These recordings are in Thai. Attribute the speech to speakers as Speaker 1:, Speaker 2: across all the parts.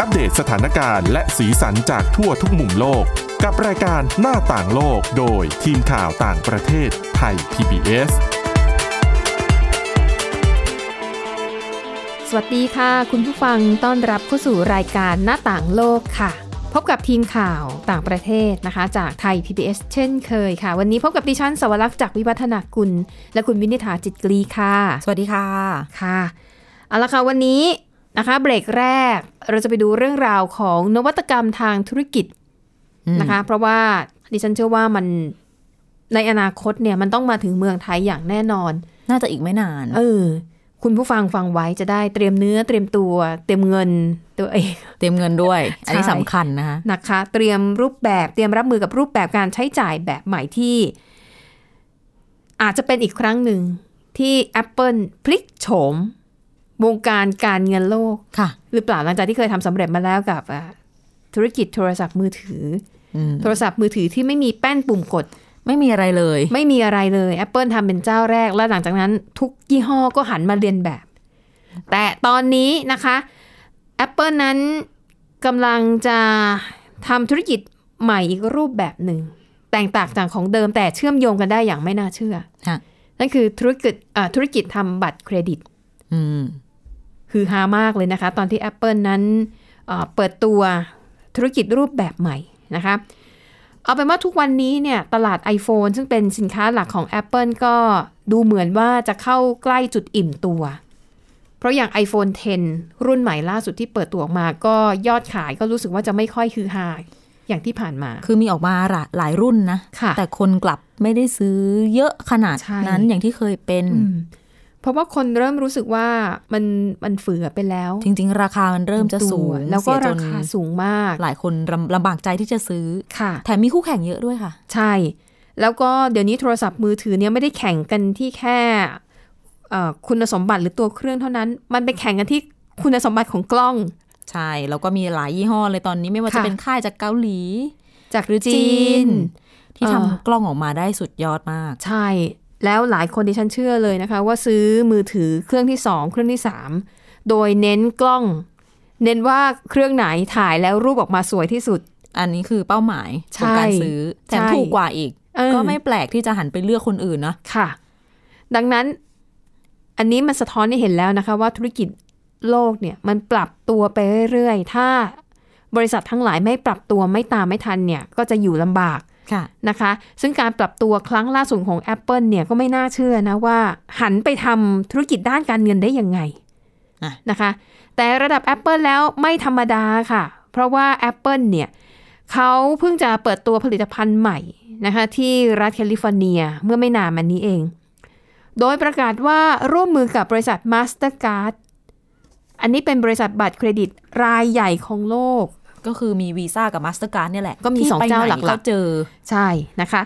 Speaker 1: อัปเดตสถานการณ์และสีสันจากทั่วทุกมุมโลก กับรายการหน้าต่างโลกโดยทีมข่าวต่างประเทศไทย PBS
Speaker 2: สวัสดีค่ะ คุณผู้ฟังต้อนรับเข้าสู่รายการหน้าต่างโลกค่ะ พบกับทีมข่าวต่างประเทศนะคะ จากไทย PBS เช่นเคยค่ะ วันนี้พบกับดิฉันสวรักษ์จากวิวัฒนากุล และคุณวินิฐาจิตกรีค่ะ
Speaker 3: สวัสดีค่ะ
Speaker 2: ค่ะเอาละค่ะวันนี้นะคะเบรกแรกเราจะไปดูเรื่องราวของนวัตกรรมทางธุรกิจ
Speaker 3: อืม
Speaker 2: นะคะ เพราะว่าดิฉันเชื่อว่ามันในอนาคตเนี่ยมันต้องมาถึงเมืองไทยอย่างแน่นอน
Speaker 3: น่าจะอีกไม่นาน
Speaker 2: เออ คุณผู้ฟังฟังไว้จะได้เตรียมเนื้อเตรียมตัว เตรียมเงินตัวเอง
Speaker 3: เตรียมเงินด้วย อันนี้
Speaker 2: ใช่
Speaker 3: สำคัญนะคะ
Speaker 2: นะคะ เตรียมรูปแบบเตรียมรับมือกับรูปแบบการใช้จ่ายแบบใหม่ที่ อาจจะเป็นอีกครั้งหนึ่งที่ Apple พลิกโฉม วงการการเงินโลก
Speaker 3: ค่ะ
Speaker 2: หรือเปล่าหลังจากที่เคยทำสำเร็จมาแล้วกับอ่ะธุรกิจโทรศัพท์มือถืออ
Speaker 3: ม
Speaker 2: โทรศัพท์มือถือที่ไม่มีแป้นปุ่มกด
Speaker 3: ไม่มีอะไรเลย
Speaker 2: ไม่มีอะไรเลย Apple ทำเป็นเจ้าแรก และหลังจากนั้นทุกยี่ห้อก็หันมาเรียนแบบ แต่ตอนนี้นะคะ Apple นั้นกำลังจะทำธุรกิจใหม่อีกรูปแบบหนึ่ง แตกต่างจากของเดิมแต่เชื่อมโยงกันได้อย่างไม่น่าเชื่อ
Speaker 3: ฮะ
Speaker 2: นั่นคือธุรกิจอ่ะธุรกิจทำบัตรเครดิต
Speaker 3: อืม
Speaker 2: ฮือฮามากเลยนะคะ ตอนที่ Apple นั้นเอ่อเปิดตัวธุรกิจรูปแบบใหม่นะคะ เอาเป็นว่าทุกวันนี้เนี่ยตลาด iPhone ซึ่งเป็นสินค้าหลักของ Apple ก็ดูเหมือนว่าจะเข้าใกล้จุดอิ่มตัว เพราะอย่าง iPhone 10 รุ่นใหม่ล่าสุดที่เปิดตัวออกมา ก็ยอดขายก็รู้สึกว่าจะไม่ค่อยฮือฮาอย่างที่ผ่านมา
Speaker 3: คือมีออกมาหลายหลายรุ่นนะ
Speaker 2: ค่ะ
Speaker 3: แต่คนกลับไม่ได้ซื้อเยอะขนาด
Speaker 2: ใช่
Speaker 3: นั้นอย่างที่เคยเป็น
Speaker 2: อืมเพราะว่าคนเริ่มรู้สึกว่ามันมันเฟือไปแล้ว
Speaker 3: จริง ๆ ราคามันเริ่มจะสูง
Speaker 2: แล้วก็
Speaker 3: เยจ
Speaker 2: ราน คาสูงมาก
Speaker 3: หลายคนลำลำบากใจที่จะซื้อ
Speaker 2: ค่ะ
Speaker 3: แถมมีคู่แข่งเยอะด้วยค่ะ
Speaker 2: ใช่ แล้วก็เดี๋ยวนี้โทรศัพท์มือถือเนี่ยไม่ได้แข่งกันที่แค่เอ่อคุณสมบัติหรือตัวเครื่องเท่านั้น มันไปแข่งกันที่คุณสมบัติของกล้อง
Speaker 3: ใช่ แล้วก็มีหลายยี่ห้อเลยตอนนี้ไม่ว่าจะ
Speaker 2: ค่ะ
Speaker 3: เป็นค่ายจากเกาหลี
Speaker 2: จาก
Speaker 3: หรือจี
Speaker 2: จีน
Speaker 3: น ที่
Speaker 2: เอ่อ
Speaker 3: ทำกล้องออกมาได้สุดยอดมาก
Speaker 2: ใช่ แล้วหลายคนดิฉันเชื่อเลยนะคะ ว่าซื้อมือถือเครื่องที่สองเครื่องที่สามโดยเน้นกล้อง เน้นว่าเครื่องไหนถ่ายแล้วรูปออกมาสวยที่สุด
Speaker 3: อันนี้คือเป้าหมายของการ
Speaker 2: ใช่
Speaker 3: ซื้อแถม
Speaker 2: ใช่
Speaker 3: ถูกกว่าอีก
Speaker 2: เออ
Speaker 3: ก็ไม่แปลกที่จะหันไปเลือกคนอื่นนะ
Speaker 2: ค่ะ ดังนั้นอันนี้มันสะท้อนให้เห็นแล้วนะคะ ว่าธุรกิจโลกเนี่ยมันปรับตัวไปเรื่อยๆ ถ้าบริษัททั้งหลายไม่ปรับตัวไม่ตามไม่ทันเนี่ยก็จะอยู่ลำบาก
Speaker 3: ค่ะ
Speaker 2: นะคะ ซึ่งการปรับตัวครั้งล่าสุดของ Apple เนี่ยก็ไม่น่าเชื่อนะว่า หันไปทำธุรกิจด้านการเงินได้ยังไง
Speaker 3: อ่ะ
Speaker 2: นะคะ แต่ระดับ Apple แล้วไม่ธรรมดาค่ะ เพราะว่า Apple เนี่ย เขาเพิ่งจะเปิดตัวผลิตภัณฑ์ใหม่นะคะ ที่รัฐแคลิฟอร์เนียเมื่อไม่นานมานี้เอง โดยประกาศว่าร่วมมือกับบริษัท Mastercard อันนี้เป็นบริษัทบัตรเครดิตรายใหญ่ของโลก
Speaker 3: ก็คือมีวีซ่ากับมาสเตอร์การ์ดเนี่ยแหละ
Speaker 2: ก็มี
Speaker 3: ที่
Speaker 2: สอง
Speaker 3: ไปไน
Speaker 2: เจ้าหลักๆ
Speaker 3: ก็เจอ
Speaker 2: ใช่นะคะ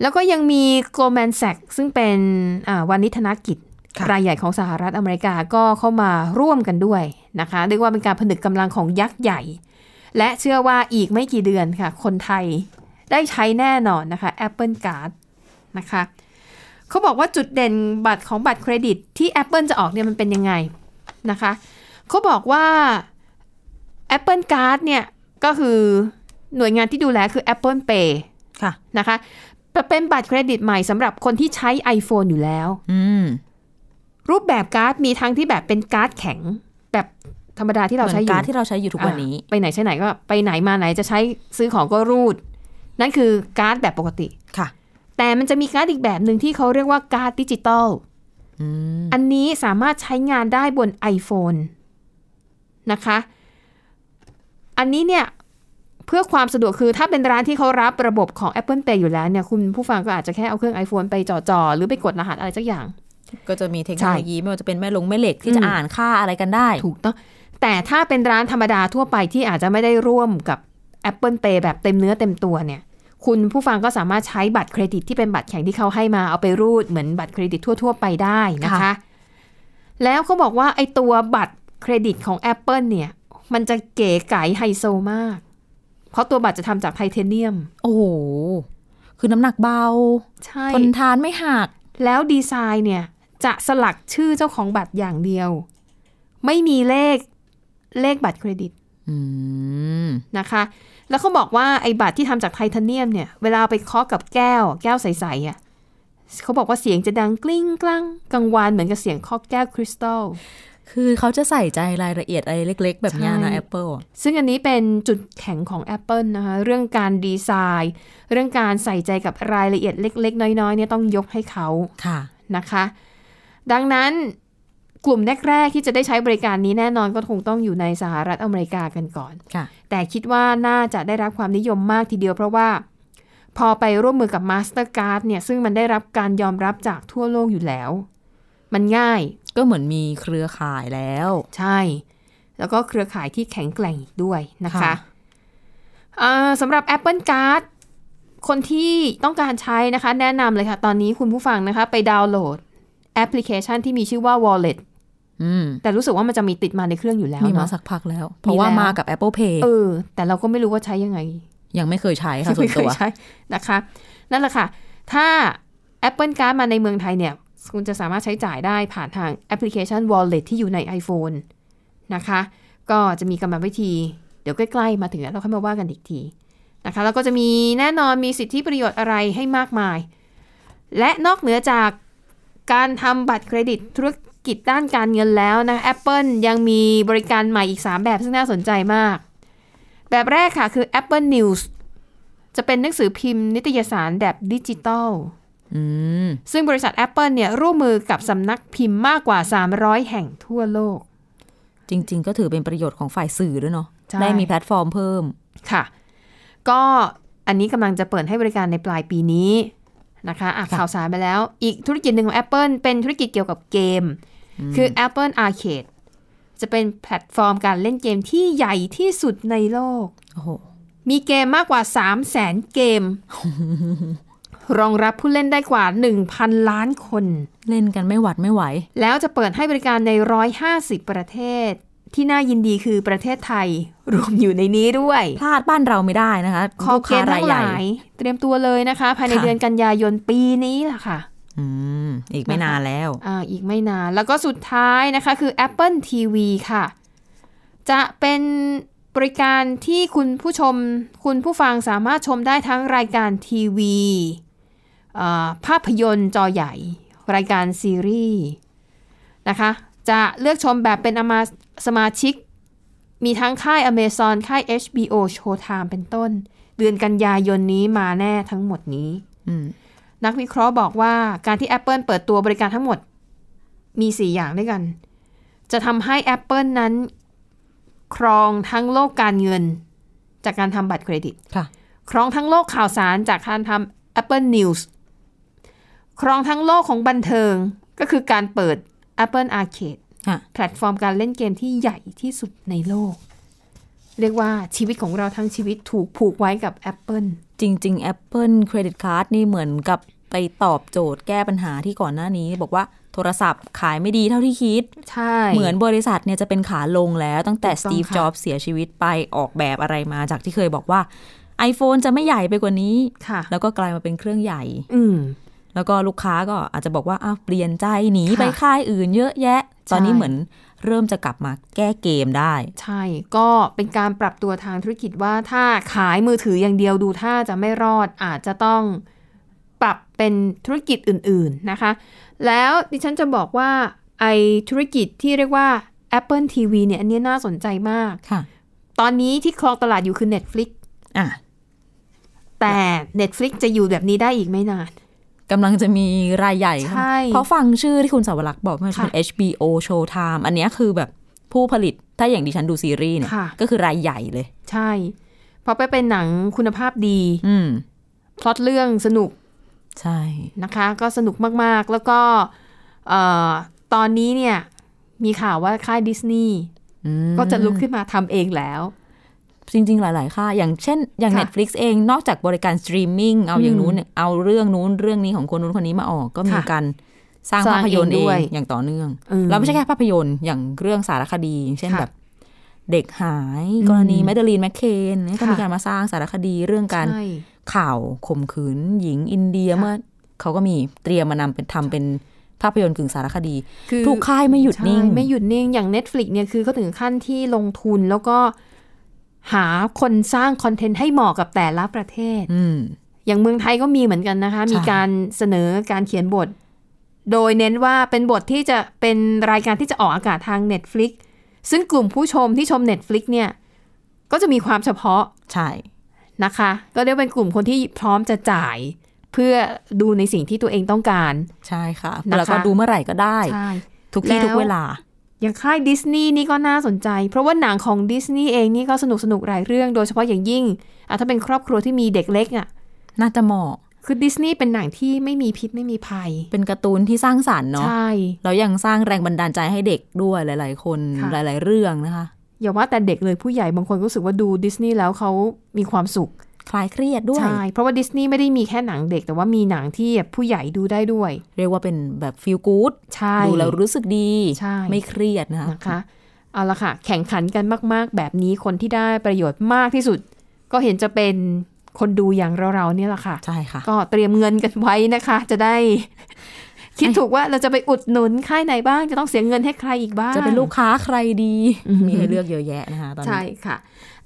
Speaker 2: แล้วก็ยังมี Goldman Sachs ซึ่งเป็นอ่าวานิธนกิจ
Speaker 3: ค่ะ
Speaker 2: รายใหญ่ของสหรัฐอเมริกาก็เข้ามาร่วมกันด้วยนะคะเรียกว่าเป็นการผนึกกำลังของยักษ์ใหญ่ และเชื่อว่าอีกไม่กี่เดือนค่ะ คนไทยได้ใช้แน่นอนนะคะ Apple Card นะคะเขาบอกว่าจุดเด่นบัตรของบัตรเครดิตที่ Apple จะออกเนี่ยมันเป็นยังไงนะคะเขาบอกว่า Apple Card เนี่ยก็คือหน่วยงานที่ดูแลคือ Apple Pay
Speaker 3: ค่ะ
Speaker 2: นะคะเป็นบัตรเครดิตใหม่สำหรับคนที่ใช้ iPhone อยู่แล้ว
Speaker 3: อืม
Speaker 2: รูปแบบการ์ดมีทั้งที่แบบเป็นการ์ดแข็ง แบบธรรมดาที่เรา
Speaker 3: เหมือน
Speaker 2: ใช้อยู่
Speaker 3: การ์ดที่เราใช้อยู่ทุกวันนี้
Speaker 2: อ่าไปไหนใช้ไหนก็ไปไหนมาไหนจะใช้ซื้อของก็รูด นั่นคือการ์ดแบบปกติ
Speaker 3: ค่ะ
Speaker 2: แต่มันจะมีการ์ดอีกแบบหนึ่งที่เขาเรียกว่าการ์ดดิจิตอล
Speaker 3: อืม
Speaker 2: อันนี้สามารถใช้งานได้บน iPhone นะคะ อันนี้เนี่ยเพื่อความสะดวกคือถ้าเป็นร้านที่เขารับระบบของ Apple Pay อยู่แล้วเนี่ยคุณผู้ฟังก็อาจจะแค่เอาเครื่อง iPhone ไปจ่อๆหรือไปกดรหัสอะไรสักอย่าง
Speaker 3: ก็จะมีเทคโนโลยีไม่ว่าจะเป็นแม่ลงแม่เหล็กที่จะ
Speaker 2: อืม
Speaker 3: อ่านค่าอะไรกันได้
Speaker 2: ถูกต้องแต่ถ้าเป็นร้านธรรมดาทั่วไปที่อาจจะไม่ได้ร่วมกับ Apple Pay แบบเต็มเนื้อเต็มตัวเนี่ย คุณผู้ฟังก็สามารถใช้บัตรเครดิตที่เป็นบัตรแข็งที่เขาให้มาเอาไปรูดเหมือนบัตรเครดิตทั่ว ๆ ไปได้นะคะ
Speaker 3: ค่ะ
Speaker 2: แล้วเขาบอกว่าไอ้ตัวบัตรเครดิตของ Apple เนี่ย มันจะเก๋ไก๋ไฮโซมาก เพราะตัวบัตรจะทำจากไทเทเนียม
Speaker 3: โอ้โห คือน้ำหนักเบา
Speaker 2: ใช่
Speaker 3: ทนทานไม่หัก
Speaker 2: แล้วดีไซน์เนี่ย จะสลักชื่อเจ้าของบัตรอย่างเดียว ไม่มีเลขเลขบัตรเครดิต
Speaker 3: อืม
Speaker 2: นะคะ แล้วเขาบอกว่าไอ้บัตรที่ทำจากไทเทเนียมเนี่ย เวลาเอาไปเคาะกับแก้ว แก้วใสๆอ่ะเขาบอกว่าเสียงจะดังกลิ้งกลังกังวานเหมือนกับเสียงเคาะแก้วคริสตัล
Speaker 3: คือเขาจะใส่ใจรายละเอียดอะไรเล็ก ๆ แบบเนี้ยนะ
Speaker 2: ใช่
Speaker 3: Apple อะ
Speaker 2: ซึ่งอันนี้เป็นจุดแข็งของ Apple นะคะ เรื่องการดีไซน์ เรื่องการใส่ใจกับรายละเอียดเล็ก ๆ น้อยๆเนี่ยต้องยกให้เขา
Speaker 3: ค่ะ
Speaker 2: นะคะ ดังนั้นกลุ่มแรก ๆ ที่จะได้ใช้บริการนี้แน่นอนก็คงต้องอยู่ในสหรัฐอเมริกากันก่อน
Speaker 3: ค่ะ
Speaker 2: แต่คิดว่าน่าจะได้รับความนิยมมากทีเดียวเพราะว่า พอไปร่วมมือกับ Mastercard เนี่ยซึ่งมันได้รับการยอมรับจากทั่วโลกอยู่แล้ว มันง่าย
Speaker 3: ก็เหมือนมีเครือข่ายแล้ว
Speaker 2: ใช่ แล้วก็เครือข่ายที่แข็งแกร่งอีกด้วยนะคะ
Speaker 3: ค่ะ
Speaker 2: อ่าสำหรับ Apple Card คนที่ต้องการใช้นะคะ แนะนำเลยค่ะ ตอนนี้คุณผู้ฟังนะคะ ไปดาวน์โหลดแอปพลิเคชันที่มีชื่อว่า Wallet
Speaker 3: อืม
Speaker 2: แต่รู้สึกว่ามันจะมีติดมาในเครื่องอยู่แล้ว
Speaker 3: มีมา
Speaker 2: เนาะ
Speaker 3: สักพักแล้ว เพราะว่า
Speaker 2: แล้ว
Speaker 3: มากับ Apple Pay
Speaker 2: เออ แต่เราก็ไม่รู้ว่าใช้ยังไง
Speaker 3: ยังไม่เคยใช้ค่ะ
Speaker 2: ที่ไม่
Speaker 3: ส่วน
Speaker 2: เค
Speaker 3: ตั
Speaker 2: ยว ใช้นะคะ นั่นแหละค่ะ ถ้า Apple Card มาในเมืองไทยเนี่ย คุณจะสามารถใช้จ่ายได้ผ่านทางแอปพลิเคชัน Wallet ที่อยู่ใน iPhone นะคะ ก็จะมีกรรมวิธี เดี๋ยวใกล้ๆ มาถึงแล้วเราค่อยมาว่ากันอีกทีนะคะ แล้วก็จะมีแน่นอนมีสิทธิประโยชน์อะไรให้มากมาย และนอกเหนือจากการทำบัตรเครดิตธุรกิจด้านการเงินแล้วนะ Apple ยังมีบริการใหม่อีก 3 แบบซึ่งน่าสนใจมาก แบบแรกค่ะคือ Apple News จะเป็นหนังสือพิมพ์นิตยสารแบบดิจิตอล
Speaker 3: อืม
Speaker 2: ซึ่งบริษัท Apple เนี่ยร่วมมือกับสำนักพิมพ์มากกว่า 300 แห่งทั่วโลก
Speaker 3: จริง ๆ ก็ถือเป็นประโยชน์ของฝ่ายสื่อด้วยเนาะ
Speaker 2: ใช่
Speaker 3: ได้มีแพลตฟอร์มเพิ่ม
Speaker 2: ค่ะ ก็อันนี้กำลังจะเปิดให้บริการในปลายปีนี้นะคะอ่ะ
Speaker 3: ค่ะ
Speaker 2: ข่าวสารไปแล้ว อีกธุรกิจหนึ่งของ Apple เป็นธุรกิจเกี่ยวกับเกม คือ Apple Arcade จะเป็นแพลตฟอร์มการเล่นเกมที่ใหญ่ที่สุดในโลก
Speaker 3: โอ้โห
Speaker 2: มีเกมมากกว่า 3 0 0แสนเกม รองรับผู้เล่นได้กว่า 1,000 ล้านคน
Speaker 3: เล่นกันไม่หวัดไม่ไหว
Speaker 2: แล้วจะเปิดให้บริการใน 150 ประเทศ ที่น่ายินดีคือประเทศไทย รวมอยู่ในนี้ด้วย
Speaker 3: พลาดบ้านเราไม่ได้นะคะ
Speaker 2: คอ
Speaker 3: ลูก
Speaker 2: เก
Speaker 3: ค้าม รา
Speaker 2: ทั้
Speaker 3: ย
Speaker 2: ง
Speaker 3: ให
Speaker 2: ห
Speaker 3: ญ่
Speaker 2: ลายเตรียมตัวเลยนะคะ ภายใน
Speaker 3: ค่ะ
Speaker 2: เดือนกันยายนปีนี้ล่ะค่ะ
Speaker 3: อืม อีกไม่นานแล้ว
Speaker 2: อ่าอีกไม่นาน แล้วก็สุดท้ายนะคะคือ Apple TV ค่ะ จะเป็นบริการที่คุณผู้ชม คุณผู้ฟังสามารถชมได้ทั้งรายการทีวีอ่าภาพยนตร์จอใหญ่ รายการซีรีส์นะคะ จะเลือกชมแบบเป็นอมาสมาชิก มีทั้งค่าย Amazon ค่าย HBO Showtime เป็นต้น เดือนกันยายนนี้มาแน่ทั้งหมดนี้
Speaker 3: อืม
Speaker 2: นักวิเคราะห์บอกว่าการที่ Apple เปิดตัวบริการทั้งหมดมี 4 อย่างด้วยกัน จะทำให้ Apple นั้น ครองทั้งโลกการเงิน จากการทำบัตรเครดิต
Speaker 3: ค่ะ
Speaker 2: ครองทั้งโลกข่าวสารจากการทำ Apple News ครองทั้งโลกของบันเทิงก็คือการเปิด Apple Arcade
Speaker 3: ค่ะ
Speaker 2: แพลตฟอร์มการเล่นเกมที่ใหญ่ที่สุดในโลก เรียกว่าชีวิตของเราทั้งชีวิตถูกผูกไว้กับ Apple
Speaker 3: จริง ๆ Apple Credit Card นี่เหมือนกับไปตอบโจทย์แก้ปัญหาที่ก่อนหน้านี้ บอกว่าโทรศัพท์ขายไม่ดีเท่าที่คิด
Speaker 2: ใช่
Speaker 3: เหมือนบริษัทเนี่ยจะเป็นขาลงแล้วตั้งแต่
Speaker 2: ถู
Speaker 3: ส
Speaker 2: กต้อง
Speaker 3: ตีฟ
Speaker 2: ค่ะ
Speaker 3: จ็อบเสียชีวิตไปออกแบบอะไรมาจากที่เคยบอกว่า iPhone จะไม่ใหญ่ไปกว่านี้
Speaker 2: ค่ะ
Speaker 3: แล้วก็กลายมาเป็นเครื่องใหญ่
Speaker 2: อืม
Speaker 3: แล้วก็ลูกค้าก็อาจจะบอกว่าอ้าวเปลี่ยนใจหนี
Speaker 2: ค่ะ
Speaker 3: ไปค่ายอื่นเยอะแยะ ตอนนี้
Speaker 2: ใช่
Speaker 3: เหมือนเริ่มจะกลับมาแก้เกมได้
Speaker 2: ใช่ ก็เป็นการปรับตัวทางธุรกิจว่าถ้าขายมือถืออย่างเดียวดูถ้าจะไม่รอดอาจจะต้องปรับเป็นธุรกิจอื่นๆนะคะ แล้วดิฉันจะบอกว่าไอธุรกิจที่เรียกว่า Apple TV เนี่ยอันเนี้ยน่าสนใจมาก
Speaker 3: ค่ะ
Speaker 2: ตอนนี้ที่ครองตลาดอยู่คือ Netflix
Speaker 3: อ่ะ
Speaker 2: แต่ Netflix จะอยู่แบบนี้ได้อีกไม่นาน
Speaker 3: กำลังจะมีรายใหญ่เข้า
Speaker 2: ใช่
Speaker 3: มาเพราะฟังชื่อที่คุณสาวรักษ์บอกว่ามันเป็น
Speaker 2: ค่ะ
Speaker 3: HBO Showtime อันเนี้ยคือแบบผู้ผลิตถ้าอย่างดิฉันดูซีรีส์เนี่ย
Speaker 2: ค่ะ
Speaker 3: ก็คือรายใหญ่เลย
Speaker 2: ใช่ เพราะไปเป็นหนังคุณภาพดี
Speaker 3: อืม
Speaker 2: พล็อตเรื่องสนุก
Speaker 3: ใช่
Speaker 2: นะคะก็สนุกมาก ๆ แล้วก็เอ่อตอนนี้เนี่ยมีข่าวว่าค่ายดิสนีย์
Speaker 3: อืม
Speaker 2: ก็จะลุกขึ้นมาทำเองแล้ว
Speaker 3: จริง ๆ หลาย ๆ ค่ายอย่างเช่น อย่าง
Speaker 2: ค่ะ
Speaker 3: Netflix เองนอกจากบริการสตรีมมิ่งเอาอย่างนู้น เอาเรื่องนู้นเรื่องนี้ของคนนู้นคนนี้มาออก ก็มี
Speaker 2: ค่ะ
Speaker 3: การสร้าง
Speaker 2: สร้าง
Speaker 3: ภาพยนตร์
Speaker 2: เอ
Speaker 3: เอง
Speaker 2: ด้วย
Speaker 3: งอย่างต่อเนื่อง
Speaker 2: เออ
Speaker 3: เราไม่ใช่แค่ภาพยนตร์อย่างเรื่องสารคดีอย่างเช่น
Speaker 2: ค่ะ
Speaker 3: แบบ เด็กหาย
Speaker 2: อืม
Speaker 3: กรณีแมดเดลีนแมคเคนนี่ก็
Speaker 2: ค่ะ
Speaker 3: มีการมาสร้างสารคดีเรื่องการ
Speaker 2: ใช่
Speaker 3: ข่าวข่มขืนหญิงอินเดีย
Speaker 2: ค่ะ
Speaker 3: เมื่อเขาก็มีเตรียมมานำเป็นทำเป็นภาพยนตร์กึ่งสารคดี
Speaker 2: คือ
Speaker 3: ทุกค่ายไม่หยุดนิ่ง
Speaker 2: ใช่ไม่หยุดนิ่งอย่าง Netflix เนี่ยคือเขาถึงขั้นที่ลงทุนแล้วก็ หาคนสร้างคอนเทนต์ให้เหมาะกับแต่ละประเทศ
Speaker 3: อืม
Speaker 2: อย่างเมืองไทยก็มีเหมือนกันนะคะ
Speaker 3: ใช่
Speaker 2: มีการเสนอการเขียนบท โดยเน้นว่าเป็นบทที่จะเป็นรายการที่จะออกอากาศทาง Netflix ซึ่งกลุ่มผู้ชมที่ชม Netflix เนี่ย ก็จะมีความเฉพาะ
Speaker 3: ใช่
Speaker 2: นะคะ ก็เรียกว่าเป็นกลุ่มคนที่พร้อมจะจ่าย เพื่อดูในสิ่งที่ตัวเองต้องการ
Speaker 3: ใช่ค่ะ
Speaker 2: นะคะ
Speaker 3: แล้วก็ดูเมื่อไหร่ก็ได้
Speaker 2: ใช่
Speaker 3: ทุกที่
Speaker 2: แล้ว
Speaker 3: ทุกเวลา
Speaker 2: อย่างค่ายดิสนีย์นี่ก็น่าสนใจ เพราะว่าหนังของดิสนีย์เองนี่ก็สนุกสนุกๆหลายเรื่อง โดยเฉพาะอย่างยิ่งอ่ะถ้าเป็นครอบครัวที่มีเด็กเล็กอ่ะ
Speaker 3: น่าจะเหมาะ
Speaker 2: คือดิสนีย์เป็นหนังที่ไม่มีพิษไม่มีภัย
Speaker 3: เป็นการ์ตูนที่สร้างสรรค์เนาะ
Speaker 2: ใช่
Speaker 3: แล้วยังสร้างแรงบันดาลใจให้เด็กด้วยหลาย ๆ คน
Speaker 2: ค่ะ
Speaker 3: หลาย ๆ เรื่องนะคะ
Speaker 2: อย่าว่าแต่เด็กเลยผู้ใหญ่บางคนก็รู้สึกว่าดูดิสนีย์แล้วเขามีความสุข
Speaker 3: คลายเครียดด้วย
Speaker 2: ใช่เพราะว่าดิสนีย์ไม่ได้มีแค่หนังเด็ก แต่ว่ามีหนังที่ผู้ใหญ่ดูได้ด้วย
Speaker 3: เรียกว่าเป็นแบบฟีลกู๊ด
Speaker 2: ใช่
Speaker 3: ดูแล้วรู้สึกดี
Speaker 2: ใช่
Speaker 3: ไม่เครียดนะคะ
Speaker 2: นะคะเอาละค่ะ แข่งขันกันมาก ๆ แบบนี้คนที่ได้ประโยชน์มากที่สุด ก็เห็นจะเป็นคนดูอย่างเราๆเนี่ยแหละค่ะ
Speaker 3: ใช่ค่ะ
Speaker 2: ก็เตรียมเงินกันไว้นะคะ จะได้ คิดถูกว่าเราจะไปอุดหนุนค่ายไหนบ้าง จะต้องเสียเงินให้ใครอีกบ้าง
Speaker 3: จะเป็นลูกค้าใครดี
Speaker 2: อือหือ
Speaker 3: มีให้เลือกเยอะแยะนะคะตอน
Speaker 2: ใช่
Speaker 3: นี้
Speaker 2: ค่ะ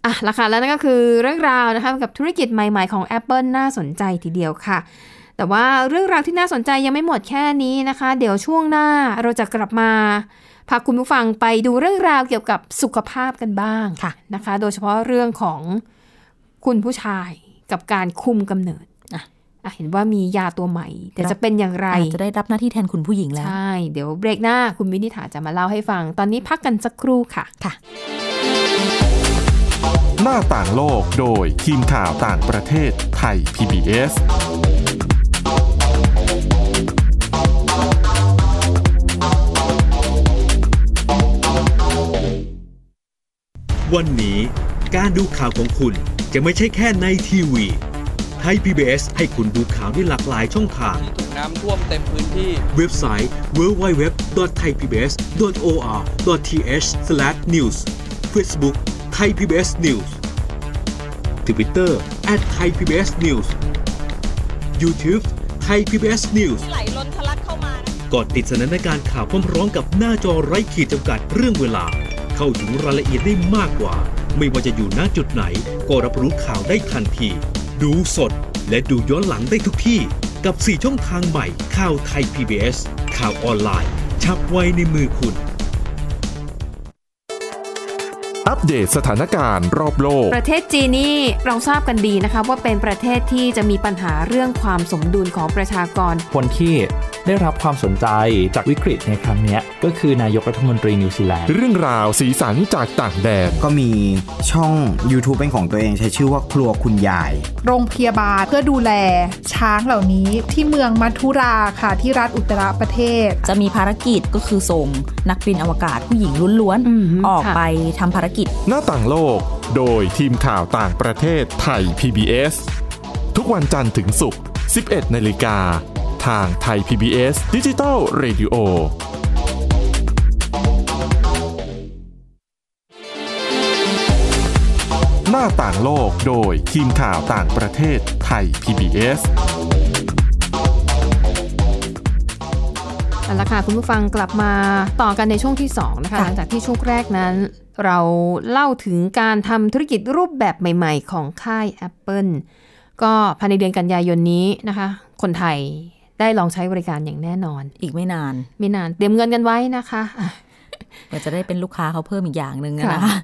Speaker 2: อ่ะละค่ะแล้วนั่นก็คือเรื่องราวนะคะกับธุรกิจใหม่ ๆ ของ Apple น่าสนใจทีเดียวค่ะ แต่ว่าเรื่องราวที่น่าสนใจยังไม่หมดแค่นี้นะคะ เดี๋ยวช่วงหน้าเราจะกลับมาพาคุณผู้ฟังไปดูเรื่องราวเกี่ยวกับสุขภาพกันบ้าง
Speaker 3: ค่ะ
Speaker 2: นะคะ โดยเฉพาะเรื่องของคุณผู้ชายกับการคุมกำเนิด
Speaker 3: อ่ะ
Speaker 2: อ่ะเห็นว่ามียาตัวใหม่ แต่จะเป็นอย่างไร
Speaker 3: อาจจะได้รับหน้าที่แทนคุณผู้หญิงแล้ว
Speaker 2: ใช่ เดี๋ยวเบรกหน้าคุณวินิษฐาจะมาเล่าให้ฟัง ตอนนี้พักกันสักครู่ค่ะ
Speaker 3: ค่ะ
Speaker 1: หน้าต่างโลกโดยทีมข่าวต่างประเทศไทย PBS
Speaker 4: วันนี้การดูข่าวของคุณจะไม่ใช่แค่ในทีวีไทย PBS ให้คุณดูข่าวได้หลากหลายช่องทาง
Speaker 5: ที่ถูกน้ำท่วมเต็มพื้นที่
Speaker 4: เว็บไซต์ www.thaipbs.or.th/news Facebook Thai PBS News Twitter @thaipbsnews YouTube Thai PBS News
Speaker 6: ไหลล้นทะลักเข้ามานะคะ
Speaker 4: ก่อนติดสนันในการข่าวพร้อมๆกับหน้าจอไร้ขีดจำกัดเรื่องเวลา เข้าถึงรายละเอียดได้มากกว่า ไม่ว่าจะอยู่ณจุดไหน ก็รับรู้ข่าวได้ทันที ดูสดและดูย้อนหลังได้ทุกที่ กับ 4 ช่องทางใหม่ข่าวไทย PBS ข่าวออนไลน์ ชับไว้ในมือคุณ
Speaker 1: อัปเดตสถานการณ์รอบโลก
Speaker 2: ประเทศจีนนี่เราทราบกันดีนะคะว่าเป็นประเทศที่จะมีปัญหาเรื่องความสมดุลของประชากร
Speaker 7: คนที่ได้รับความสนใจจากวิกฤตในครั้งเนี้ยก็คือนายกรัฐมนตรีนิวซีแลนด์
Speaker 1: เรื่องราวสีสันจากต่างแดน
Speaker 8: ก็มีช่อง YouTube เป็นของตัวเองใช้ชื่อว่าครัวคุณยาย
Speaker 9: โรงพยาบาลเพื่อดูแลช้างเหล่านี้ที่เมืองมัทุราค่ะที่รัฐอุตตรประเทศ
Speaker 3: จะมีภารกิจก็คือส่งนักบินอวกาศผู้หญิงล้วน
Speaker 2: อืม
Speaker 3: ออก
Speaker 2: ค่ะ
Speaker 3: ไปทำภารกิจ
Speaker 1: หน้าต่างโลก โดยทีมข่าวต่างประเทศไทย PBS ทุกวันจันทร์ถึงศุกร์ 11 นาฬิกา ทางไทย PBS ดิจิ t a l Radio หน้าต่างโลกโดยทีมข่าวต่างประเทศไทย PBS
Speaker 2: เอาละค่ะคุณผู้ฟังกลับมาต่อกันในช่วงที่ 2 นะคะ
Speaker 3: ค่ะ
Speaker 2: หลังจากที่ช่วงแรกนั้น เราเล่าถึงการทำธุรกิจรูปแบบใหม่ๆ ของค่าย Apple ก็ภายในเดือนกันยายนนี้นะคะ คนไทยได้ลองใช้บริการอย่างแน่นอน
Speaker 3: อีกไม่นาน
Speaker 2: ไม่นานเตรียมเงินกันไว้นะคะอ่ะ
Speaker 3: ก็จะได้เป็นลูกค้าเขาเพิ่มอีกอย่างหนึ่งอะนะ
Speaker 2: ค่ะ
Speaker 3: คะ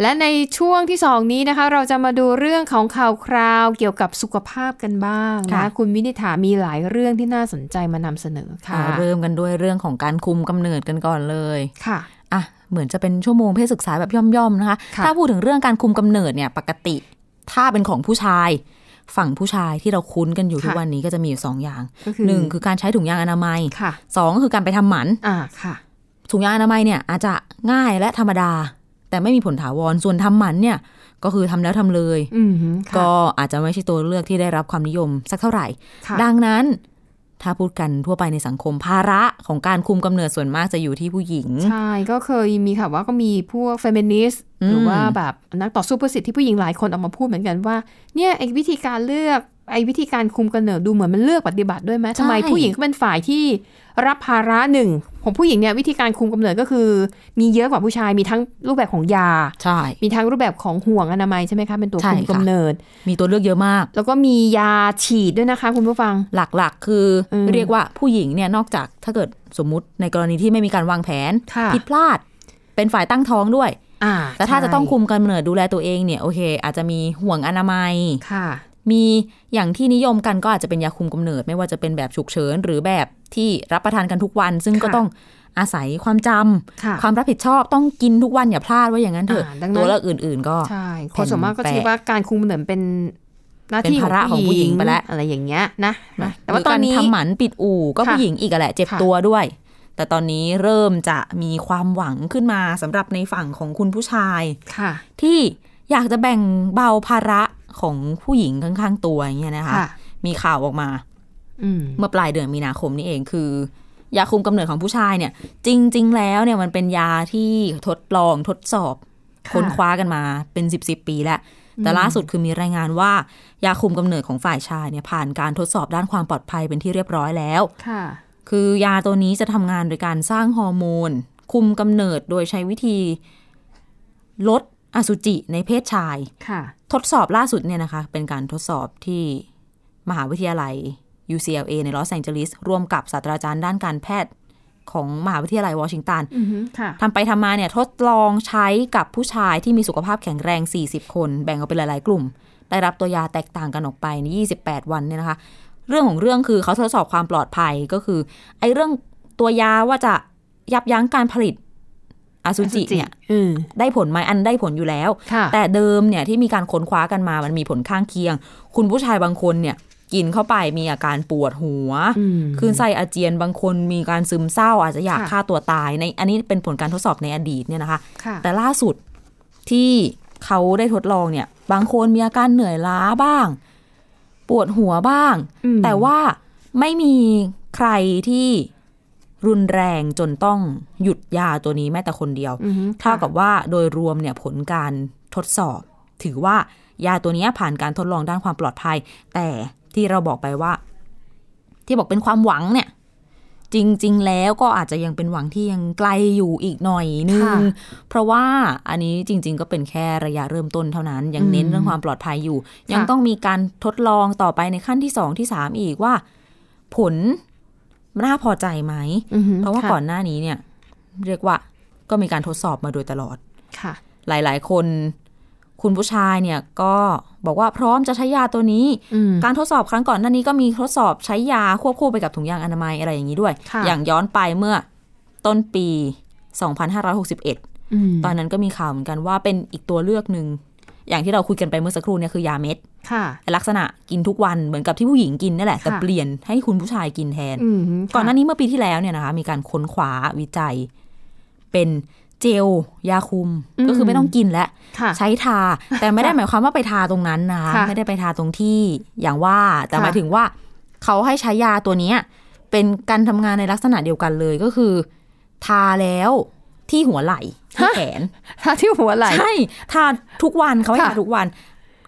Speaker 2: และในช่วงที่ 2 นี้นะคะ เราจะมาดูเรื่องของข่าวคราวเกี่ยวกับสุขภาพกันบ้างนะ
Speaker 3: ค่ะ
Speaker 2: คุณวินิษฐามีหลายเรื่องที่น่าสนใจมานำเสนอค่ะ
Speaker 3: อ่าเริ่มกันด้วยเรื่องของการคุมกำเนิดกันก่อนเลย
Speaker 2: ค่ะ
Speaker 3: อ่ะเหมือนจะเป็นชั่วโมงเพศศึกษาแบบย่อมๆนะคะ
Speaker 2: ค่ะ
Speaker 3: ถ้าพูดถึงเรื่องการคุมกำเนิดเนี่ยปกติ ถ้าเป็นของผู้ชาย ฝั่งผู้ชายที่เราคุ้นกันอยู่ทุกวันนี้ก็จะมีอยู่สองอย่าง
Speaker 2: ก็คือ
Speaker 3: หนึ่งคือการใช้ถุงยางอนามัย
Speaker 2: ค่ะ
Speaker 3: สองคือการไปทำหมัน
Speaker 2: อ่าค่ะ
Speaker 3: ถุงยางอนามัยเนี่ยอาจจะง่ายและธรรมดา แต่ไม่มีผลถาวรส่วนทำหมันเนี่ยก็คือทำแล้วทำเลย
Speaker 2: อืมค่ะ
Speaker 3: ก็อาจจะไม่ใช่ตัวเลือกที่ได้รับความนิยมสักเท่าไหร่
Speaker 2: ค่ะ
Speaker 3: ดังนั้น ถ้าพูดกันทั่วไปในสังคมภาระของการคุมกำเนิดส่วนมากจะอยู่ที่ผู้หญิง
Speaker 2: ใช่ ก็เคยมีค่ะว่าก็มีพวกเฟมินิสต์หรือ
Speaker 3: ม
Speaker 2: ว่าแบบนักต่อสู้เพื่อสิทธิผู้หญิงหลายคนออกมาพูดเหมือนกันว่า เนี่ยไอ้วิธีการเลือกไอ้วิธีการคุมกำเนิดดูเหมือนมันเลือกปฏิบัติด้วยไหมทำไมผู้หญิงก็เป็นฝ่ายที่รับภาระหนึ่ง ของผู้หญิงเนี่ยวิธีการคุมกำเนิดก็คือ มีเยอะกว่าผู้ชายมีทั้งรูปแบบของยา
Speaker 3: ใช่
Speaker 2: มีทั้งรูปแบบของห่วงอนามัยใช่ไหมคะเป็นตัว
Speaker 3: ใช่
Speaker 2: คุมกำ
Speaker 3: ค่ะ
Speaker 2: เนิด
Speaker 3: มีตัวเลือกเยอะมาก
Speaker 2: แล้วก็มียาฉีดด้วยนะคะ คุณผู้ฟัง
Speaker 3: หลักๆ คืออ
Speaker 2: ม
Speaker 3: เรียกว่าผู้หญิงเนี่ยนอกจากถ้าเกิดสมมุติในกรณีที่ไม่มีการวางแผน
Speaker 2: ค่ะ
Speaker 3: ผิดพลาด เป็นฝ่ายตั้งท้องด้วย
Speaker 2: อ่า
Speaker 3: แต่ถ้า
Speaker 2: ใช่
Speaker 3: จะต้องคุมกำเนิดดูแลตัวเองเนี่ยโอเค อาจจะมีห่วงอนามัย
Speaker 2: ค่ะ
Speaker 3: มีอย่างที่นิยมกันก็อาจจะเป็นยาคุมกำเนิด ไม่ว่าจะเป็นแบบฉุกเฉินหรือแบบที่รับประทานกันทุกวัน ซึ่ง
Speaker 2: ค่ะ
Speaker 3: ก็ต้องอาศัยความจำ
Speaker 2: ค่ะ
Speaker 3: ความรับผิดชอบต้องกินทุกวันอย่าพลาดไว่าอย่างนั้นเถอะ
Speaker 2: อ่าดังนั้น
Speaker 3: ตัวเลือกอื่น ๆ ก็
Speaker 2: ใช่คนส่วนมากก็คิดว่าการคุมกำเนิดเป็นหน้าที่
Speaker 3: เป็นภาระของผู้หญิงไปแล้ว
Speaker 2: อะไรอย่างเงี้ยนะนะแต่
Speaker 3: แต่
Speaker 2: ว่า
Speaker 3: ว่า
Speaker 2: ต
Speaker 3: ต
Speaker 2: อ
Speaker 3: อน น
Speaker 2: นี้
Speaker 3: นี้ทำหมันปิดอู่ก็
Speaker 2: ค่ะ
Speaker 3: ผู้หญิงอีกอะแหละ เจ็บ
Speaker 2: ค่ะ
Speaker 3: ตัวด้วย แต่ตอนนี้เริ่มจะมีความหวังขึ้นมาสำหรับในฝั่งของคุณผู้ชาย
Speaker 2: ค่ะ
Speaker 3: ที่อยากจะแบ่งเบาภาระของผู้หญิงข้างๆตัวอย่างเงี้ยนะคะ
Speaker 2: ค่ะ
Speaker 3: มีข่าวออกมา
Speaker 2: อืม
Speaker 3: เมื่อปลายเดือนมีนาคมนี่เองคือ ยาคุมกำเนิดของผู้ชายเนี่ย จริง ๆ แล้วเนี่ยมันเป็นยาที่ทดลองทดสอบ
Speaker 2: ค่ะ
Speaker 3: ค้นคว้ากันมาเป็น 10บสปีแล้ว แต่ล่าสุดคือมีรายงานว่า ยาคุมกำเนิดของฝ่ายชายเนี่ยผ่านการทดสอบด้านความปลอดภัยเป็นที่เรียบร้อยแล้ว
Speaker 2: ค่ะ
Speaker 3: คือยาตัวนี้จะทำงานโดยการสร้างฮอร์โมน คุมกำเนิดโดยใช้วิธีลดอสุจิในเพศชาย
Speaker 2: ค่ะ
Speaker 3: ทดสอบล่าสุดเนี่ยนะคะ เป็นการทดสอบที่มหาวิทยาลัย UCLA ในลอสแองเจลิสร่วมกับศาสตราจารย์ด้านการแพทย์ของมหาวิทยาลัยวอชิงตัน
Speaker 2: อือฮึค่ะ
Speaker 3: ทำไปทำมาเนี่ยทดลองใช้กับผู้ชายที่มีสุขภาพแข็งแรง 40 คน แบ่งออกเป็นหลาย ๆ กลุ่ม ได้รับตัวยาแตกต่างกันออกไปใน 28 วันเนี่ยนะคะ เรื่องของเรื่องคือเขาทดสอบความปลอดภัยก็คือ ไอ้เรื่องตัวยาว่าจะยับยั้งการผลิตอสุจิเนี่ย
Speaker 2: อืม
Speaker 3: ได้ผลไหมอันได้ผลอยู่แล้ว
Speaker 2: ค่ะ
Speaker 3: แต่เดิมเนี่ยที่มีการค้นคว้ากันมา มันมีผลข้างเคียง คุณผู้ชายบางคนเนี่ยกินเข้าไปมีอาการปวดหัว
Speaker 2: อืม
Speaker 3: คลื่นไส้อาเจียนบางคนมีการซึมเศร้าอาจจะอยาก
Speaker 2: ค่ะ
Speaker 3: ฆ่าตัวตายในอันนี้เป็นผลการทดสอบในอดีตเนี่ยนะคะ
Speaker 2: ค่ะ
Speaker 3: แต่ล่าสุดที่เขาได้ทดลองเนี่ย บางคนมีอาการเหนื่อยล้าบ้าง ปวดหัวบ้าง
Speaker 2: อืม
Speaker 3: แต่ว่าไม่มีใครที่รุนแรงจนต้องหยุดยาตัวนี้แม้แต่คนเดียว
Speaker 2: อือฮึ
Speaker 3: เท่ากับว่าโดยรวมเนี่ยผลการทดสอบ ถือว่ายาตัวเนี้ยผ่านการทดลองด้านความปลอดภัย แต่ที่เราบอกไปว่า ที่บอกเป็นความหวังเนี่ย จริง ๆ แล้วก็อาจจะยังเป็นหวังที่ยังไกลอยู่อีกหน่อยนึง
Speaker 2: ค่ะ
Speaker 3: เพราะว่าอันนี้จริง ๆ ก็เป็นแค่ระยะเริ่มต้นเท่านั้น ยังเน้นเรื่องความปลอดภัยอยู่ ยังต้องมีการทดลองต่อไปในขั้นที่สองที่สามอีกว่า ผลน่าพอใจไหม
Speaker 2: อือฮึ
Speaker 3: เพราะว่า
Speaker 2: ค่
Speaker 3: ก่อนหน้านี้เนี่ย เรียกว่าก็มีการทดสอบมาโดยตลอด
Speaker 2: ค่ะ
Speaker 3: หลาย ๆ คน คุณผู้ชายเนี่ยก็บอกว่าพร้อมจะใช้ยาตัวนี้
Speaker 2: อืม
Speaker 3: การทดสอบครั้งก่อนหน้านี้ก็มีทดสอบใช้ยาควบคู่ไปกับถุงยางอนามัยอะไรอย่างนี้ด้วย
Speaker 2: ค่ะ
Speaker 3: อย่างย้อนไปเมื่อต้นปี 2561
Speaker 2: อืม
Speaker 3: ตอนนั้นก็มีข่าวเหมือนกันว่าเป็นอีกตัวเลือกหนึ่ง อย่างที่เราคุยกันไปเมื่อสักครู่เนี่ยคือยาเม็ด
Speaker 2: ค่ะ
Speaker 3: ลักษณะกินทุกวันเหมือนกับที่ผู้หญิงกินนั่นแหละ แต่
Speaker 2: ค่ะ
Speaker 3: เปลี่ยนให้คุณผู้ชายกินแทน
Speaker 2: อืม
Speaker 3: ก่อนหน้านี้เมื่อปีที่แล้วเนี่ยนะคะมีการค้นคว้าวิจัย เป็นเจลยาคุมก็คือไม่ต้องกินแล้ว
Speaker 2: ค่ะ
Speaker 3: ใช้ทา แต่ไม่ได้หมายความว่าไปทาตรงนั้นนะ
Speaker 2: ค่ะ
Speaker 3: ไม่ได้ไปทาตรงที่อย่างว่า แต่
Speaker 2: ค่ะ
Speaker 3: หมายถึงว่าเขาให้ใช้ยาตัวเนี้ยเป็นการทำงานในลักษณะเดียวกันเลยก็คือ ทาแล้วที่หัวไหล่ที่
Speaker 2: ฮะ
Speaker 3: แขน
Speaker 2: ถ้าที่หัวไหล่
Speaker 3: ใช่ทาทุกวันเขาให้
Speaker 2: ค่ะ
Speaker 3: ทาทุกวัน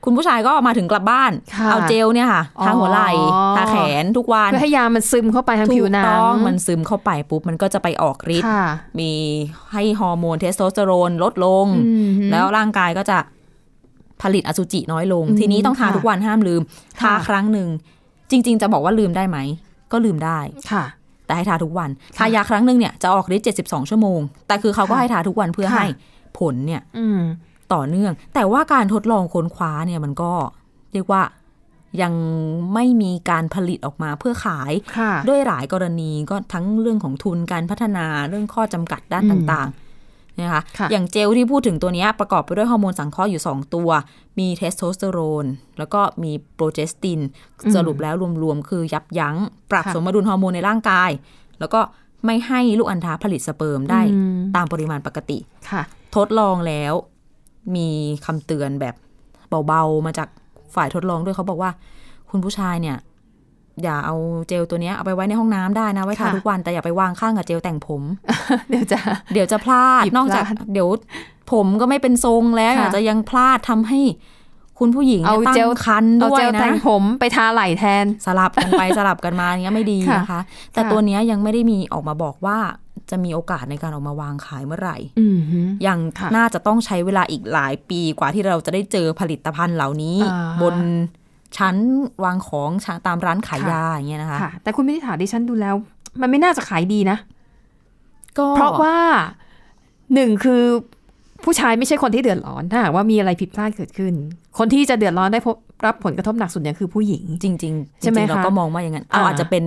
Speaker 3: คุณผู้ชายก็มาถึงกลับบ้าน
Speaker 2: ค่ะ
Speaker 3: เอาเจลเนี่ยค่ะทาหัวไหล่
Speaker 2: อ๋อ
Speaker 3: ทาแขนทุกวัน
Speaker 2: เพื่อให้ยามันซึมเข้าไปทาง
Speaker 3: ถู
Speaker 2: ผิว
Speaker 3: ก
Speaker 2: หนั
Speaker 3: ต้อง งมันซึมเข้าไปปุ๊บ มันก็จะไปออกฤทธิ์
Speaker 2: ค่ะ
Speaker 3: มีให้ฮอร์โมนเทสโทสเตอโรนลดลง
Speaker 2: อืม
Speaker 3: แล้วร่างกายก็จะผลิตอสุจิน้อยลง
Speaker 2: อืม
Speaker 3: ทีนี้ต้องทา
Speaker 2: ค่ะ
Speaker 3: ทุกวันห้ามลืม
Speaker 2: ค่ะ
Speaker 3: ทาครั้งหนึ่ง จริง ๆ จะบอกว่าลืมได้ไหม ก็ลืมได้
Speaker 2: ค่ะ
Speaker 3: แต่ให้ทาทุกวัน ทายาครั้งหนึ่งเนี่ยจะออกฤทธิ์72 ชั่วโมง แต่คือเขาก็
Speaker 2: ค่ะ
Speaker 3: ให้ทาทุกวันเพื่อ
Speaker 2: ค่ะ
Speaker 3: ให้ผลเนี่ย
Speaker 2: อืม
Speaker 3: ต่อเนื่อง แต่ว่าการทดลองค้นคว้าเนี่ยมันก็เรียกว่ายังไม่มีการผลิตออกมาเพื่อขาย
Speaker 2: ค่ะ
Speaker 3: ด้วยหลายกรณีก็ทั้งเรื่องของทุนการพัฒนาเรื่องข้อจำกัดด้านต่างๆนะคะ
Speaker 2: ค่ะ
Speaker 3: อย่างเจลที่พูดถึงตัวเนี้ยประกอบไปด้วยฮอร์โมนสังเคราะห์อยู่ 2 ตัว มีเทสโทสเตอโรน แล้วก็มีโปรเจสติน สรุปแล้วรวมๆ คือยับยั้ง ปรับสมดุลฮอร์โมนในร่างกาย แล้วก็ไม่ให้ลูกอัณฑาผลิตสเปิร์มได้
Speaker 2: อืม
Speaker 3: ตามปริมาณปกติ
Speaker 2: ค่ะ
Speaker 3: ทดลองแล้วมีคำเตือนแบบเบาๆ มาจากฝ่ายทดลองด้วยเขาบอกว่า คุณผู้ชายเนี่ย อย่าเอาเจลตัวเนี้ยเอาไปไว้ในห้องน้ำได้นะ ไว้ทา
Speaker 2: ค่ะ
Speaker 3: ทุกวันแต่อย่าไปวางข้างกับเจลแต่งผม
Speaker 2: เดี๋ยวจะ
Speaker 3: เดี๋ยวจะพลาด
Speaker 2: หยิบพลาด
Speaker 3: นอกจากเดี๋ยวผมก็ไม่เป็นทรงแล้ว
Speaker 2: ค่ะ
Speaker 3: อาจจะยังพลาดทำให้ คุณผู้หญิง
Speaker 2: เอา
Speaker 3: นี่ย
Speaker 2: เจล
Speaker 3: ตั้งคัน
Speaker 2: เอา
Speaker 3: ด้ว
Speaker 2: เจ
Speaker 3: ย
Speaker 2: ล
Speaker 3: นะ
Speaker 2: แต่งผมไปทาไหล่แทน
Speaker 3: สลับกันไป สลับกันมาอย่างเงี้ยไม่ดี
Speaker 2: ค่ะ
Speaker 3: นะคะ แต่
Speaker 2: ค่ะ
Speaker 3: ตัวเนี้ยยังไม่ได้มีออกมาบอกว่า จะมีโอกาสในการออกมาวางขายเมื่อไหร่
Speaker 2: อืมฮึ
Speaker 3: ยัง
Speaker 2: ค่ะ
Speaker 3: น่าจะต้องใช้เวลาอีกหลายปีกว่าที่เราจะได้เจอผลิตภัณฑ์เหล่านี้
Speaker 2: อ่า
Speaker 3: บนชั้นวางของชะตามร้านขาย
Speaker 2: ค่ะ
Speaker 3: ยาอย่างเงี้ยนะคะ
Speaker 2: ค่ะ แต่คุณมินิถาดิฉันดูแล้ว มันไม่น่าจะขายดีนะ
Speaker 3: ก็
Speaker 2: เพราะว่าหนึ่งคือผู้ชายไม่ใช่คนที่เดือดร้อนถ้าหากว่ามีอะไรผิดพลาดเกิดขึ้น คนที่จะเดือดร้อนได้พบรับผลกระทบหนักสุดเนี่ยคือผู้หญิง
Speaker 3: จริงๆจริงๆ
Speaker 2: ใช่ไหมคะ
Speaker 3: เราก็มองว่าอย่างนั้นเอา
Speaker 2: อ่า
Speaker 3: อาจจะเป็น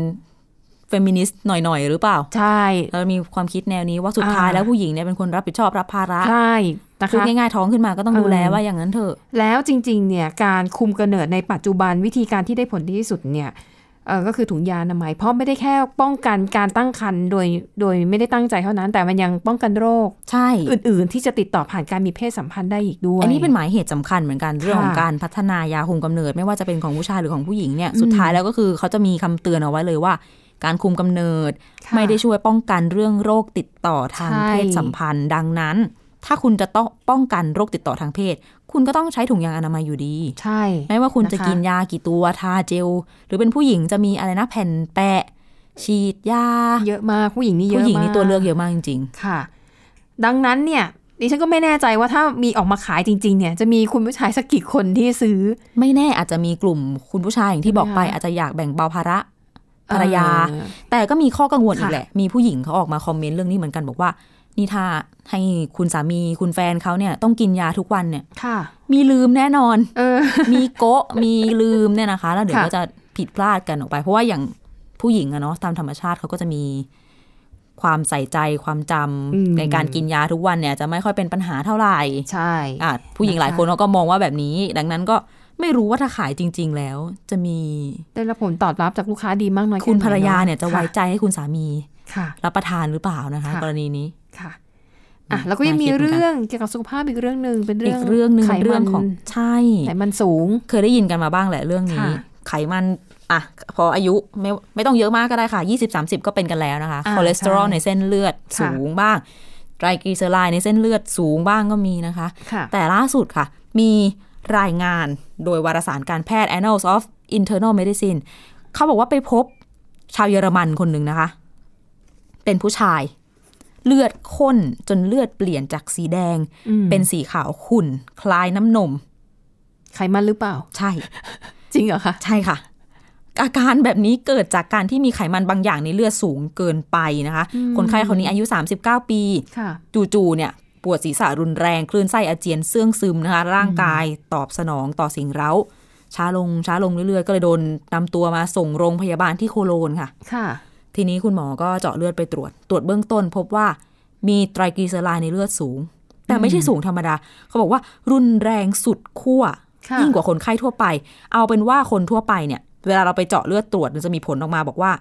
Speaker 3: เฟมินิสต์หน่อยๆ หรือเปล่า
Speaker 2: ใช่
Speaker 3: เรามีความคิดแนวนี้ว่าสุดท้าย
Speaker 2: อ่า
Speaker 3: แล้วผู้หญิงเนี่ยเป็นคนรับผิดชอบรับภาระ
Speaker 2: ใช่นะ
Speaker 3: คือ
Speaker 2: คะ
Speaker 3: ง่ายๆท้องขึ้นมาก็ต้องดูแล
Speaker 2: เออ
Speaker 3: ว่าอย่างนั้นเถอะ
Speaker 2: แล้วจริงๆ เนี่ยการคุมกำเนิดในปัจจุบันวิธีการที่ได้ผลดีที่สุดเนี่ยเออก็คือถุงยาอนามัยเพราะไม่ได้แค่ป้องกันการตั้งครรภ์โดยโดยไม่ได้ตั้งใจเท่านั้น แต่มันยังป้องกันโรค
Speaker 3: ใช่
Speaker 2: อื่นๆ ที่จะติดต่อผ่านการมีเพศสัมพันธ์ได้อีกด้วย
Speaker 3: อันนี้เป็นหมายเหตุสำคัญเหมือนกันเรื่องของ
Speaker 2: ค่ะ
Speaker 3: การพัฒนายาคุมกำเนิด ไม่ว่าจะเป็นของผู้ชายหรือของผู้หญิงเนี่ย
Speaker 2: อืม
Speaker 3: สุดท้ายแล้วก็คือเขาจะมีคำเตือนเอาไว้เลยว่า การคุมกำเนิด
Speaker 2: ค่ะ
Speaker 3: ไม่ได้ช่วยป้องกันเรื่องโรคติดต่อทาง
Speaker 2: ใช่
Speaker 3: เพศสัมพันธ์ ดังนั้น ถ้าคุณจะต้องป้องกันโรคติดต่อทางเพศ คุณก็ต้องใช้ถุงยางอนามัยอยู่ดี
Speaker 2: ใช่
Speaker 3: ไม่ว่าคุณจะ
Speaker 2: นะคะ
Speaker 3: กินยากี่ตัวทาเจล หรือเป็นผู้หญิงจะมีอะไรนะแผ่นแปะ ฉีดยา
Speaker 2: เยอะมากผู้หญิงนี่เยอะ
Speaker 3: ผู้หญิงนี่
Speaker 2: มาก
Speaker 3: ตัวเลือกเยอะมากจริง
Speaker 2: ค่ะ ดังนั้นเนี่ยดิฉันก็ไม่แน่ใจว่าถ้ามีออกมาขายจริง ๆ เนี่ย จะมีคุณผู้ชายสักกี่คนที่ซื้อ
Speaker 3: ๆ ไม่แน่อาจจะมีกลุ่มคุณผู้ชายอย่างที่บอกไป
Speaker 2: ใช่ไหมคะ
Speaker 3: อาจจะอยากแบ่งเบาภาระ
Speaker 2: เอ่อ
Speaker 3: ภรรยา แต่ก็มีข้อกังวลอีก
Speaker 2: ค่ะ
Speaker 3: แหละ มีผู้หญิงเขาออกมาคอมเมนต์เรื่องนี้เหมือนกันบอกว่า นี่ถ้าให้คุณสามีคุณแฟนเขาเนี่ยต้องกินยาทุกวันเนี่ย
Speaker 2: ค่ะ
Speaker 3: มีลืมแน่นอน
Speaker 2: เออ
Speaker 3: มีโกะ มีลืมเนี่ยนะคะ แล้วเดี๋ยว
Speaker 2: ค่ะ
Speaker 3: ก็จะผิดพลาดกันออกไป เพราะว่าอย่างผู้หญิงอะเนาะตามธรรมชาติเขาก็จะมีความใส่ใจความจำในการกินยาทุกวันเนี่ย จะไม่ค่อยเป็นปัญหาเท่าไหร่
Speaker 2: ใช่
Speaker 3: อ่ะผู้หญิงหลายคนเขาก็มองว่าแบบนี้ ดังนั้นก็ไม่รู้ว่าถ้าขายจริง ๆ แล้ว จะมี
Speaker 2: ได้รับผลตอบรับจากลูกค้าดีมากน้อยแไหน
Speaker 3: คุณภรรยาเนี่ยจะ
Speaker 2: ค่
Speaker 3: ไว้ใจให้คุณสามี
Speaker 2: ค่ะ
Speaker 3: รับประทานหรือเปล่านะคะ
Speaker 2: ค่ะ
Speaker 3: กรณีนี้
Speaker 2: ค่ะอ่ะ แล้วก็ยังมี
Speaker 3: น่าคิดเหมือนกัน
Speaker 2: เรื่องเกี่ยวกับสุขภาพอีกเรื่องหนึ่งเป็น
Speaker 3: อี
Speaker 2: เรื่อก ง
Speaker 3: เรื่องหนึ่ง
Speaker 2: ไข
Speaker 3: เป็นเรื่อง
Speaker 2: มัน
Speaker 3: ของใช่
Speaker 2: ไขมันสูง
Speaker 3: เคยได้ยินกันมาบ้างแหละเรื่องนี้
Speaker 2: ค่ะ
Speaker 3: ไขมันอ่ะพออายุไม่ไม่ต้องเยอะมากก็ได้ค่ะ 20 30 ก็เป็นกันแล้วนะคะ
Speaker 2: อ่า
Speaker 3: คอเลสเตอรอล
Speaker 2: ใช่
Speaker 3: ในเส้นเลือด
Speaker 2: ค่ะ
Speaker 3: สูงบ้างไตรกลีเซอไรด์ในเส้นเลือดสูงบ้างก็มีนะคะ
Speaker 2: ค่ะ
Speaker 3: แต่ล่าสุดค่ะ มีรายงานโดยวารสารการแพทย์ Annals of Internal Medicine เขาบอกว่าไปพบชาวเยอรมันคนหนึ่งนะคะ เป็นผู้ชาย เลือดข้นจนเลือดเปลี่ยนจากสีแดง
Speaker 2: อืม
Speaker 3: เป็นสีขาวขุ่น คล้ายน้ำนม
Speaker 2: ไขมันหรือเปล่า
Speaker 3: ใช่
Speaker 2: จริงเหรอคะ
Speaker 3: ใช่ค่ะ อาการแบบนี้เกิดจากการที่มีไขมันบางอย่างในเลือดสูงเกินไปนะคะ คนไข้คนนี้อายุ 39 ปี
Speaker 2: ค่ะ
Speaker 3: จู่ๆ เนี่ย ปวดศีรษะรุนแรงคลื่นไส้อาเจียนเสื่องซึมนะคะ ร่างกายตอบสนองต่อสิ่งเร้า ช้าลงช้าลงเรื่อยๆ ก็เลยโดนนำตัวมาส่งโรงพยาบาลที่โคโลนค่ะ
Speaker 2: ค่ะ
Speaker 3: ทีนี้คุณหมอก็เจาะเลือดไปตรวจ ตรวจเบื้องต้นพบว่ามีไตรกลีเซอไรด์ในเลือดสูง แต่ไม่ใช่สูงธรรมดา เขาบอกว่ารุนแรงสุดขั้ว
Speaker 2: ค่ะ
Speaker 3: ยิ่งกว่าคนไข้ทั่วไป เอาเป็นว่าคนทั่วไปเนี่ย เวลาเราไปเจาะเลือดตรวจมันจะมีผลออกมาบอกว่า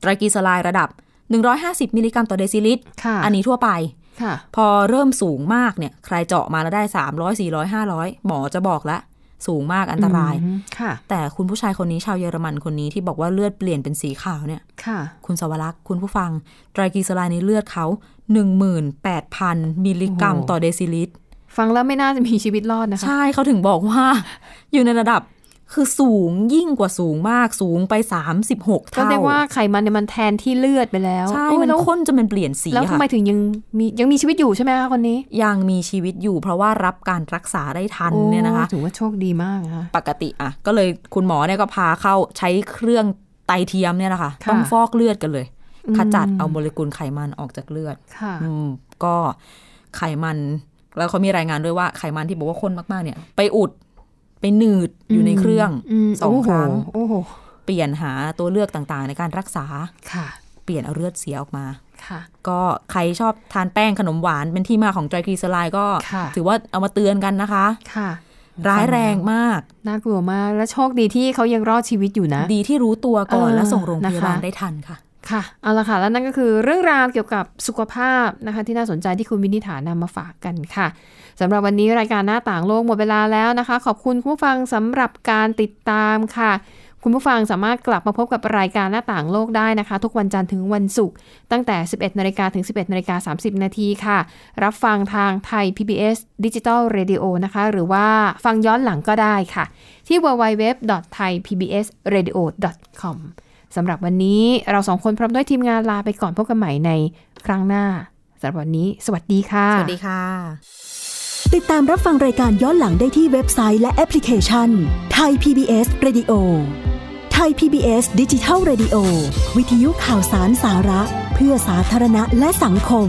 Speaker 3: ไตรกลีเซอไรด์ระดับ 150 มิลลิกรัมต่อเดซิลิตร
Speaker 2: ค่ะ
Speaker 3: อันนี้ทั่วไป
Speaker 2: ค่ะ
Speaker 3: พอเริ่มสูงมากเนี่ย ใครเจาะมาแล้วได้ 300 400 500 หมอจะบอกละ สูงมากอันตราย
Speaker 2: อืมค่ะ
Speaker 3: แต่คุณผู้ชายคนนี้ชาวเยอรมันคนนี้ที่บอกว่าเลือดเปลี่ยนเป็นสีขาวเนี่ย
Speaker 2: ค่ะ
Speaker 3: คุณสวรักษ์คุณผู้ฟัง ไตรกลีเซอไรด์ในเลือดเขา 18,000 มิลลิกรัม
Speaker 2: โอ้โห
Speaker 3: ต่อเดซิลิตร
Speaker 2: ฟังแล้วไม่น่าจะมีชีวิตรอดนะคะ
Speaker 3: ใช่เขาถึงบอกว่า อยู่ในระดับคือสูงยิ่งกว่าสูงมากสูงไป 36
Speaker 2: ก็
Speaker 3: เท่า
Speaker 2: เรียกว่าไขมันเนี่ยมันแทนที่เลือดไปแล้ว
Speaker 3: ใช่
Speaker 2: โอ้ย
Speaker 3: มัน
Speaker 2: แล้ว
Speaker 3: ข้นจนมันเปลี่ยนสี
Speaker 2: แล้วทำ
Speaker 3: ค่ะ
Speaker 2: ไมถึงยังมียังมีชีวิตอยู่ใช่ไหมคะคนนี้
Speaker 3: ยังมีชีวิตอยู่ เพราะว่ารับการรักษาได้ทันเนี่ยนะคะ
Speaker 2: โอ้ถือว่าโชคดีมากนะคะ
Speaker 3: ปกติอ่ะก็เลยคุณหมอเนี่ยก็พาเข้าใช้เครื่องไตเทียมเนี่ยแหละค่ะ
Speaker 2: ค่ะ
Speaker 3: ต้องฟอกเลือดกันเลย
Speaker 2: อืม
Speaker 3: ขจัดเอาโมเลกุลไขมันออกจากเลือด
Speaker 2: ค่ะ
Speaker 3: อืมก็ไขมันแล้วเขามีรายงานด้วยว่าไขมันที่บอกว่าข้นมากๆเนี่ย ไปอุดไปหนืดอยู่ในเครื่อง
Speaker 2: ม
Speaker 3: สองครั้ง
Speaker 2: โอ้โห
Speaker 3: เปลี่ยนหาตัวเลือกต่างๆ ในการรักษา
Speaker 2: ค่ะ
Speaker 3: เปลี่ยนเอาเลือดเสียออกมา
Speaker 2: ค่ะ
Speaker 3: ก็ใครชอบทานแป้งขนมหวานเป็นที่มาของไตรกลีเซอไรด์ก็
Speaker 2: ค่ะ
Speaker 3: ถือว่าเอามาเตือนกันนะคะ
Speaker 2: ค่ะ
Speaker 3: ร้ายแรงมาก
Speaker 2: น่ากลัวมาก และโชคดีที่เขายังรอดชีวิตอยู่นะ
Speaker 3: ดีที่รู้ตัวก่อน
Speaker 2: เออ
Speaker 3: และส่งโรงพยาบาล
Speaker 2: นะคะ
Speaker 3: ได้ทันค่ะ
Speaker 2: ค่ะ เอาละค่ะ แล้วนั่นก็คือเรื่องราวเกี่ยวกับสุขภาพนะคะ ที่น่าสนใจที่คุณวินิฐานำมาฝากกันค่ะสำหรับวันนี้รายการหน้าต่างโลกหมดเวลาแล้วนะคะ ขอบคุณคุณผู้ฟังสำหรับการติดตามค่ะ คุณผู้ฟังสามารถกลับมาพบกับรายการหน้าต่างโลกได้นะคะ ทุกวันจันทร์ถึงวันศุกร์ตั้งแต่ 11นาฬิกาถึง 11นาฬิกา30 นาทีค่ะ รับฟังทางไทย PBS Digital Radio นะคะ หรือว่าฟังย้อนหลังก็ได้ค่ะ ที่ www.thaipbsradio.com สำหรับวันนี้เราสองคนพร้อมด้วยทีมงานลาไปก่อนพบกันใหม่ในครั้งหน้าสำหรับวันนี้ สวัสดีค่ะ
Speaker 3: สวัสดีค่ะ
Speaker 6: ติดตามรับฟังรายการย้อนหลังได้ที่เว็บไซต์และแอปพลิเคชันไทย PBS Radio ไทย PBS ดิจิทัล Radio วิทยุข่าวสารสาระ เพื่อสาธารณะและสังคม